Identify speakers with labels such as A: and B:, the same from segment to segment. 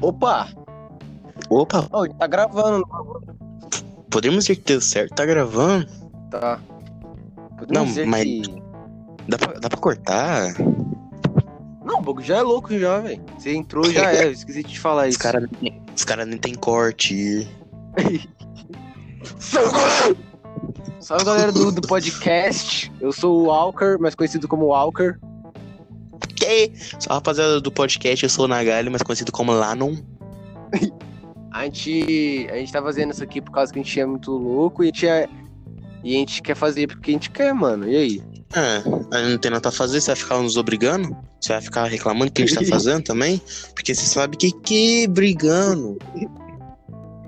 A: Opa!
B: Opa,
A: Ô, tá gravando,
B: podemos dizer que deu certo, tá gravando?
A: tá? Podemos
B: Não,
A: dizer
B: mas-
A: que-
B: Dá pra, dá pra cortar?
A: É Não, o bagulho já é louco já, velho. Você entrou já é, eu esqueci de te falar
B: Os
A: isso.
B: caras os cara nem tem corte.
A: Salve galera do, do podcast. Eu sou o Walker, mais conhecido como Walker.
B: Que? Só rapaziada do podcast, eu sou o Nagalho, mas conhecido como Lanon.
A: A gente, a gente tá fazendo isso aqui por causa que a gente é muito louco e a gente é- E a gente quer fazer porque a gente quer, mano. E aí?
B: Ah, aí não tem nada pra fazer, você vai ficar nos obrigando? Você vai ficar reclamando que a gente tá fazendo também? Porque você sabe que que brigando.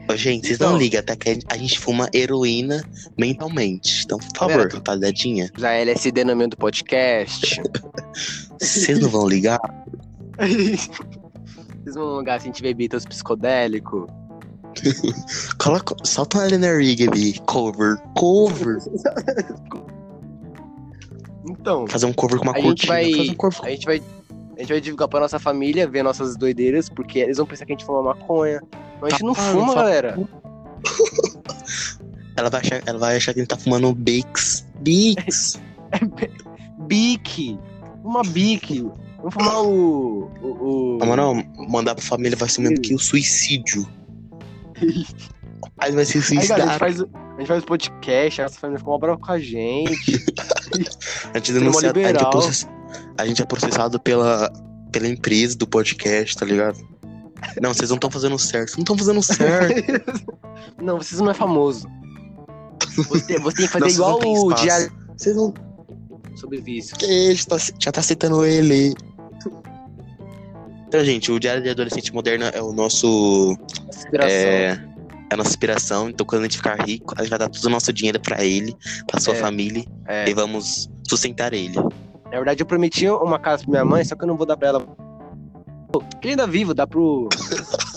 B: Ô, gente, vocês não
A: Então.
B: ligam, até que a gente fuma heroína mentalmente. Então, por favor,
A: Pera.
B: rapaziadinha,
A: Usar LSD no meio do podcast.
B: vocês não vão ligar?
A: Vocês vão num lugar assim, a gente beber teus psicodélicos.
B: Coloca, solta uma Helena Rigby, cover, cover.
A: Então,
B: Fazer um cover com uma
A: A gente
B: cortina.
A: vai-
B: Fazer um cover com...
A: a gente vai. A gente vai divulgar pra nossa família, ver nossas doideiras, porque eles vão pensar que a gente fuma maconha. Mas a gente não
B: Tá,
A: fuma,
B: não fala-
A: galera.
B: Ela, vai achar, ela vai achar que a gente tá fumando Bix. Bix.
A: Bic! Uma bic! Vamos fumar o. o, o...
B: Na moral, mandar pra família vai ser mesmo que o suicídio. Aí vai se
A: Aí, galera, a gente
B: suicidar.
A: faz, o- a gente faz o podcast, a nossa família fica uma brava com a gente.
B: A gente, denuncia, a, gente é
A: liberal.
B: process- a gente é processado pela, pela empresa do podcast, tá ligado? Não, vocês não estão fazendo certo. Não estão fazendo certo.
A: Não, vocês não é famoso. Você, você tem que fazer
B: Não, vocês
A: igual
B: não têm
A: o
B: espaço.
A: diário
B: Vocês não.
A: sobre vício.
B: Que isso, tá- já tá citando ele. Então, gente, o Diário de Adolescente Moderna é o nosso
A: Inspiração. assim.
B: É, é a nossa inspiração. Então, quando a gente ficar rico, a gente vai dar todo o nosso dinheiro pra ele, pra sua
A: É.
B: família,
A: É.
B: e vamos sustentar ele.
A: Na verdade, eu prometi uma casa pra minha mãe, só que eu não vou dar pra ela. Pô, Quem ainda vivo, dá pro.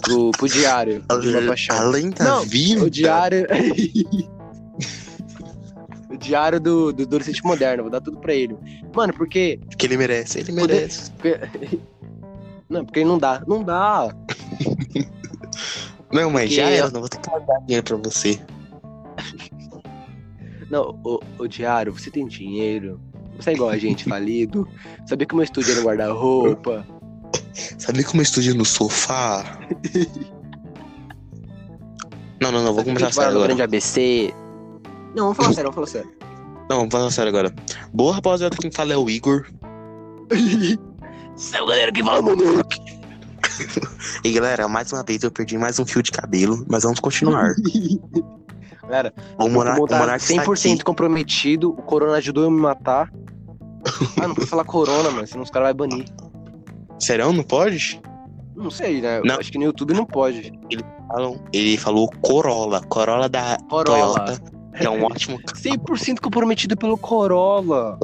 A: pro, pro diário. de uma paixão.
B: Além da
A: Não,
B: vida.
A: O diário. o diário do, do adolescente moderno, vou dar tudo pra ele. Mano, porque.
B: Que ele merece, ele
A: Poder-
B: merece.
A: Não, porque não dá. Não dá.
B: Não, mas
A: Porque
B: já
A: eu-
B: era, não vou ter que dar dinheiro pra você.
A: Não, o, o diário, você tem dinheiro. Você é igual a gente, falido. Sabia que o meu estúdio era um guarda-roupa.
B: Sabia como eu estudei no sofá? não, não, não,
A: Sabia
B: vou
A: que a
B: começar
A: gente morava
B: sério
A: no
B: agora.
A: grande ABC. Não, vamos falar sério, vamos falar sério.
B: Não, vamos falar sério agora. Boa rapaziada, quem fala é o Igor.
A: Saiu galera que fala, mano.
B: E galera, mais uma vez eu perdi mais um fio de cabelo, mas vamos continuar.
A: Galera,
B: O Monark, o
A: Monark
B: Monark está
A: 100%
B: aqui.
A: comprometido, o Corona ajudou eu me matar. Ah, não pode falar Corona, mano, senão os caras vão banir.
B: Serão, não pode?
A: Não sei, né? Eu
B: Não.
A: Acho que no YouTube não pode.
B: falam, ele falou Corolla, Corolla da
A: Corolla.
B: Toyota, que é um ótimo carro.
A: 100% comprometido pelo Corolla.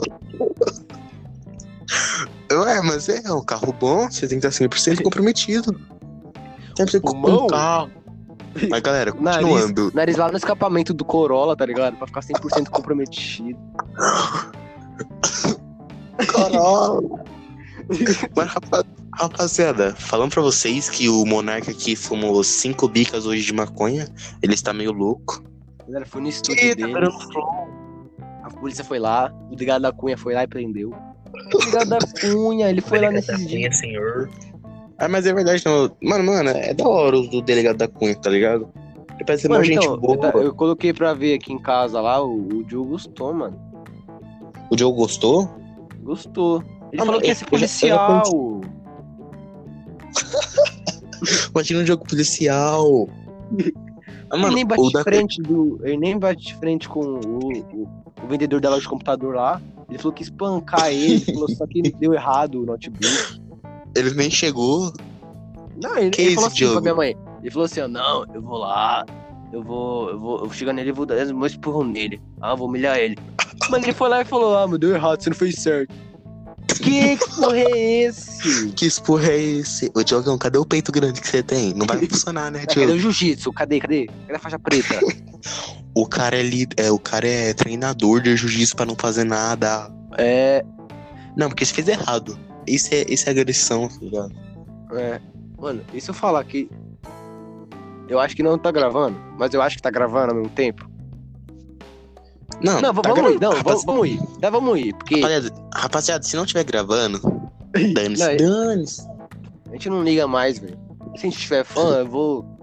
B: Ué, mas é um carro bom, você tem que estar 100% comprometido. Sempre com
A: Pulmão?
B: um carro. Mas galera,
A: Nariz.
B: continuando.
A: Nariz lá no escapamento do Corolla, tá ligado? Pra ficar 100% comprometido.
B: Corolla. mas rapa- rapaziada, falando pra vocês que o Monarca aqui fumou cinco bicas hoje de maconha, ele está meio louco.
A: Galera, foi no estúdio dele, a polícia foi lá, o delegado da Cunha foi lá e prendeu. O delegado da Cunha, ele foi lá nesses dias.
B: senhor. Ah, mas é verdade, não. Mano, mano, é da hora o do delegado da Cunha, tá ligado? Ele parece ser uma
A: Mano,
B: é gente
A: então,
B: boa.
A: eu, ta- eu coloquei pra ver aqui em casa lá, o, o Diogo gostou, mano.
B: O Diogo gostou?
A: Gostou. Ele
B: Ah,
A: falou
B: mas
A: que ia ser
B: eu já- eu já
A: policial.
B: Imagina um jogo policial. Ah,
A: Ele nem bate
B: o
A: de
B: da-
A: frente do. Ele nem bate de frente com o, o, o vendedor da loja de computador lá. Ele falou que ia espancar ele, ele falou só que deu errado o notebook.
B: Ele nem chegou.
A: Não, ele,
B: Que
A: ele
B: isso,
A: falou assim
B: Diogo?
A: pra minha mãe. Ele falou assim, ó, não, eu vou lá, eu vou, eu vou, eu vou chegar nele e vou dar eu vou espurro nele. Ah, eu vou humilhar ele. Mano, ele foi lá e falou, ah, mas deu errado, você não fez certo. Que porra é esse?
B: Que esporra é esse? Ô, Diogão, cadê o peito grande que você tem? Não vai funcionar, né,
A: "É, Cadê
B: Diogo?
A: o jiu-jitsu? Cadê, cadê? Cadê a faixa preta?
B: O cara é, li- é, o cara é treinador de jiu-jitsu pra não fazer nada.
A: É,
B: Não, porque você fez errado. Isso é, isso é agressão, tá ligado?
A: É. Mano, e se eu falar que. Eu acho que não tá gravando, mas eu acho que tá gravando ao mesmo tempo.
B: Não,
A: Não,
B: tá
A: vamos ir,
B: gra-
A: não, vamos,
B: rapaz-
A: vamos ir. Tá, vamos ir, porque
B: Rapaziada, rapaziada, se não tiver gravando, dane-se.
A: Não, é-
B: Dane-se.
A: a gente não liga mais, velho. Se a gente tiver fã, eu vou.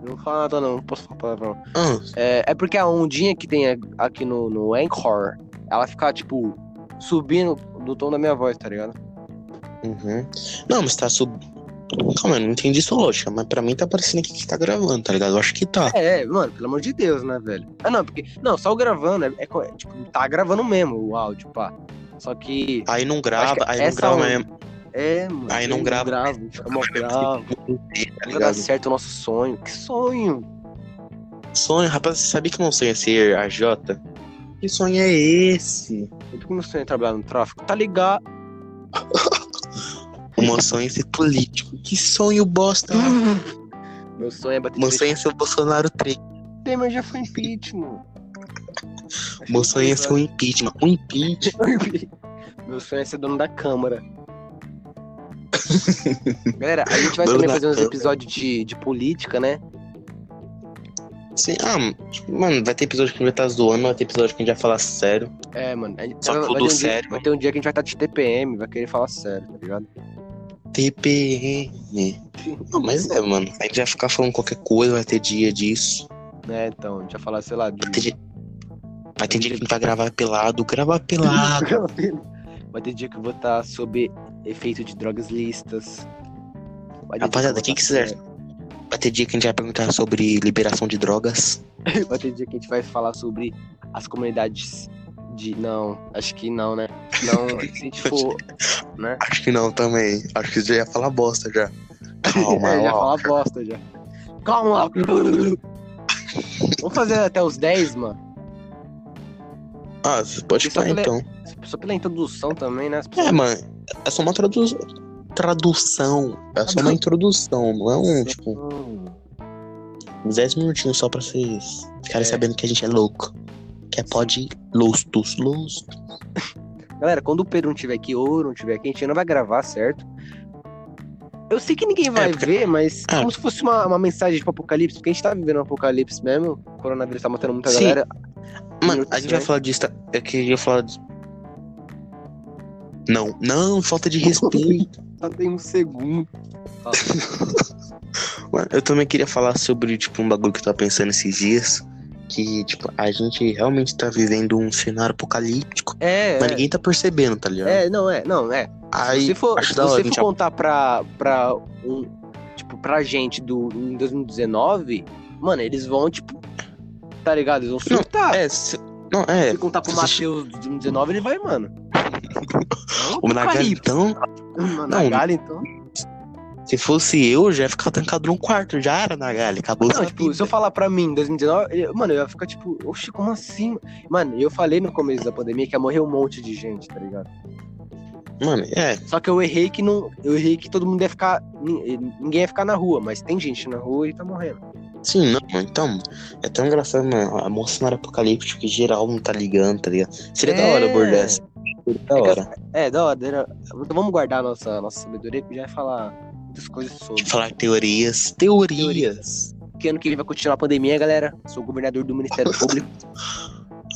A: Não vou falar nada, não, não posso falar palavrão.
B: Ah,
A: É, é porque a ondinha que tem a- aqui no, no Anchor, ela fica, tipo, subindo do tom da minha voz, tá ligado?
B: uhum. Não, mas tá sub. Calma, eu não entendi sua lógica, mas pra mim tá parecendo aqui que tá gravando, tá ligado? Eu acho que tá.
A: É, é, mano, pelo amor de Deus, né, velho? Ah, não, porque. Não, só o gravando, é, é co- é, tipo, tá gravando mesmo o áudio, pá. Só que.
B: Aí não
A: Acho
B: grava,
A: que
B: aí não
A: essa
B: grava,
A: onda-
B: mesmo,
A: É, mano.
B: Aí não
A: eu
B: grava.
A: gravo, fica mó gravo.
B: tá
A: Nunca dá
B: ligado?
A: certo o nosso sonho. Que sonho?
B: Sonho, rapaz, você sabia que meu sonho é ser a Jota? Que sonho é esse?
A: Eu tô começando a trabalhar no tráfico, tá ligado?
B: O meu sonho é ser político. Que sonho bosta.
A: Meu sonho é bater
B: meu sonho é ser o Bolsonaro 3.
A: O Temer já foi impeachment.
B: Meu sonho é ser um impeachment. Um
A: é
B: impeachment?
A: Meu sonho é ser dono da câmara. Galera, a gente vai
B: Dono
A: também
B: da
A: fazer uns
B: Câmara.
A: episódios de, de política, né?
B: Sim. Ah, mano, vai ter episódio que a gente vai estar zoando, vai ter episódio que a gente vai falar sério.
A: É, mano. A gente
B: Só
A: vai,
B: tudo
A: vai ter um Dia,
B: sério.
A: vai ter um dia que a gente vai estar de TPM, vai querer falar sério, tá ligado?
B: TPM. Não, mas é, mano. A gente vai ficar falando qualquer coisa, vai ter dia disso.
A: Né, então, a gente vai falar, sei lá, de.
B: Vai ter dia, vai ter dia que a gente vai gravar pelado, gravar pelado.
A: Vai ter dia que eu vou estar sob efeito de drogas listas. Vai ter dia que eu
B: Rapaziada,
A: vou
B: quem
A: tá
B: quiser.
A: sério.
B: Vai ter dia que a gente vai perguntar sobre liberação de drogas.
A: Vai ter dia que a gente vai falar sobre as comunidades de. Não, acho que não, né? Não, se a gente for. Né?
B: Acho que não também. Acho que já ia falar bosta já. Calma,
A: É, já
B: ó.
A: fala bosta já. Calma! Vamos fazer até os 10, mano?
B: Ah, você pode
A: Só
B: falar
A: pela-
B: então.
A: Só pela introdução também, né? As pessoas-
B: É, mano. É só uma tradu... tradução. É só uma introdução. Não é um, tipo,
A: Hum.
B: 10 minutinhos só pra vocês ficarem
A: É.
B: sabendo que a gente é louco. Que é pode lostos, lostos.
A: Galera, quando o Pedro não tiver aqui ou eu não tiver aqui, a gente não vai gravar, certo? Eu sei que ninguém vai
B: porque-
A: ver, mas
B: Ah.
A: como se fosse uma, uma mensagem tipo apocalipse, porque a gente tá vivendo um apocalipse mesmo. O coronavírus tá matando muita
B: Sim.
A: galera.
B: Mano,
A: Minutos,
B: a gente vai
A: né?
B: falar disso. tá? Eu queria falar disso. Não, não, falta de respeito.
A: Só tem um segundo.
B: Mano, eu também queria falar sobre, tipo, um bagulho que eu tava pensando esses dias. Que, tipo, a gente realmente tá vivendo um cenário apocalíptico.
A: É,
B: Mas ninguém tá percebendo, tá ligado?
A: é, é, não, é, não, é.
B: Aí,
A: se for,
B: acho
A: se
B: da hora a
A: você
B: gente
A: for contar pra, pra um. Tipo, pra gente do, em 2019, mano, eles vão, tipo. Tá ligado? Eles vão
B: Não,
A: surtar.
B: É, se... não, é.
A: se contar pro Matheus de 2019, ele vai, mano. Não,
B: O Nagali, então,
A: Mano,
B: Não.
A: Nagali, então.
B: se fosse eu, já ia ficar trancado num quarto. Já era, Nagali. Acabou
A: Não,
B: sua
A: tipo, se eu
B: vida.
A: falar pra mim em 2019, eu- mano, eu ia ficar tipo, oxe, como assim? Mano, eu falei no começo da pandemia que ia morrer um monte de gente, tá ligado?
B: Mano, é.
A: Só que eu errei que não. Eu errei que todo mundo ia ficar. nin- Ninguém ia ficar na rua, mas tem gente na rua e tá morrendo.
B: Sim, não, mano. Então, é tão engraçado, mano. A moça cenário apocalíptico que geral não tá ligando, tá ligado? Seria da hora,
A: É.
B: Bordes. Seria da
A: É que
B: hora.
A: É, da hora. era- Então vamos guardar a nossa, nossa sabedoria, porque já vai falar muitas coisas sobre.
B: Falar teorias. Teorias.
A: Que ano que ele vai continuar a pandemia, galera? Sou governador do Ministério Público.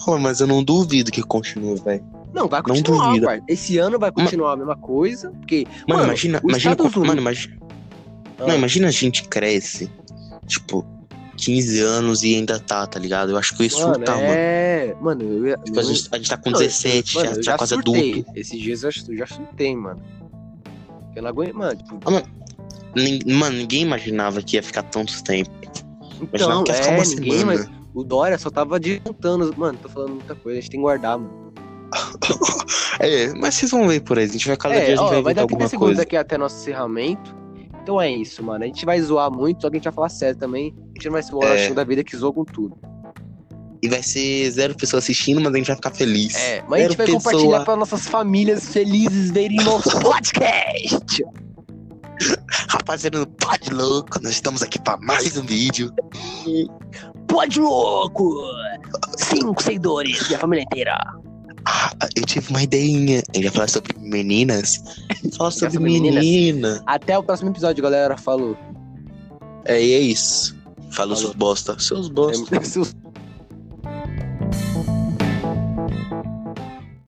B: Pô, mas eu não duvido que continue, velho.
A: Não, vai
B: Não
A: continuar,
B: duvida.
A: parça. Esse ano vai continuar a mesma coisa, porque.
B: Mano,
A: Mano,
B: imagina,
A: os
B: imagina,
A: Estados
B: mano,
A: Unidos-
B: imagina,
A: Ah.
B: não, imagina a gente cresce, tipo, 15 anos e ainda tá, tá ligado? Eu acho que eu ia
A: ah, mano,
B: surtar, tá, mano.
A: é. Mano, eu ia.
B: Tipo, a, gente, a gente tá com
A: Não,
B: 17,
A: Mano,
B: já,
A: eu
B: tá quase
A: surtei.
B: adulto.
A: Esses dias eu já, eu já surtei, mano. Eu não aguento, mano. Tipo,
B: Nin- Mano, ninguém imaginava que ia ficar tanto tempo. Imaginava
A: então,
B: que ia ficar
A: é,
B: uma
A: ninguém, mas
B: semana.
A: o Dória só tava adiantando. Mano, tô falando muita coisa, a gente tem que guardar, mano.
B: É, mas vocês vão ver por aí. A gente vai cada
A: é,
B: dia a gente
A: ó,
B: vai
A: vai
B: inventar
A: dar 30
B: alguma
A: segundos
B: coisa.
A: aqui até nosso encerramento. Então é isso, mano. A gente vai zoar muito, só que a gente vai falar sério também. A gente não vai ser o
B: É.
A: Orochinho da vida que zoa com tudo.
B: E vai ser zero pessoas assistindo, mas a gente vai ficar feliz.
A: É, mas a gente vai
B: Zero
A: compartilhar
B: pessoa.
A: pra nossas famílias felizes verem nosso podcast.
B: Rapaziada, não pode louco, nós estamos aqui pra mais um vídeo.
A: Pode louco! Cinco seguidores, minha família inteira.
B: Ah, eu tive uma ideinha. A gente vai falar sobre meninas. Fala sobre
A: sobre meninas.
B: menina.
A: Até o próximo episódio, galera. Falou.
B: É, e é isso. Fala
A: Falou.
B: seus bosta. Seus bosta.
A: É-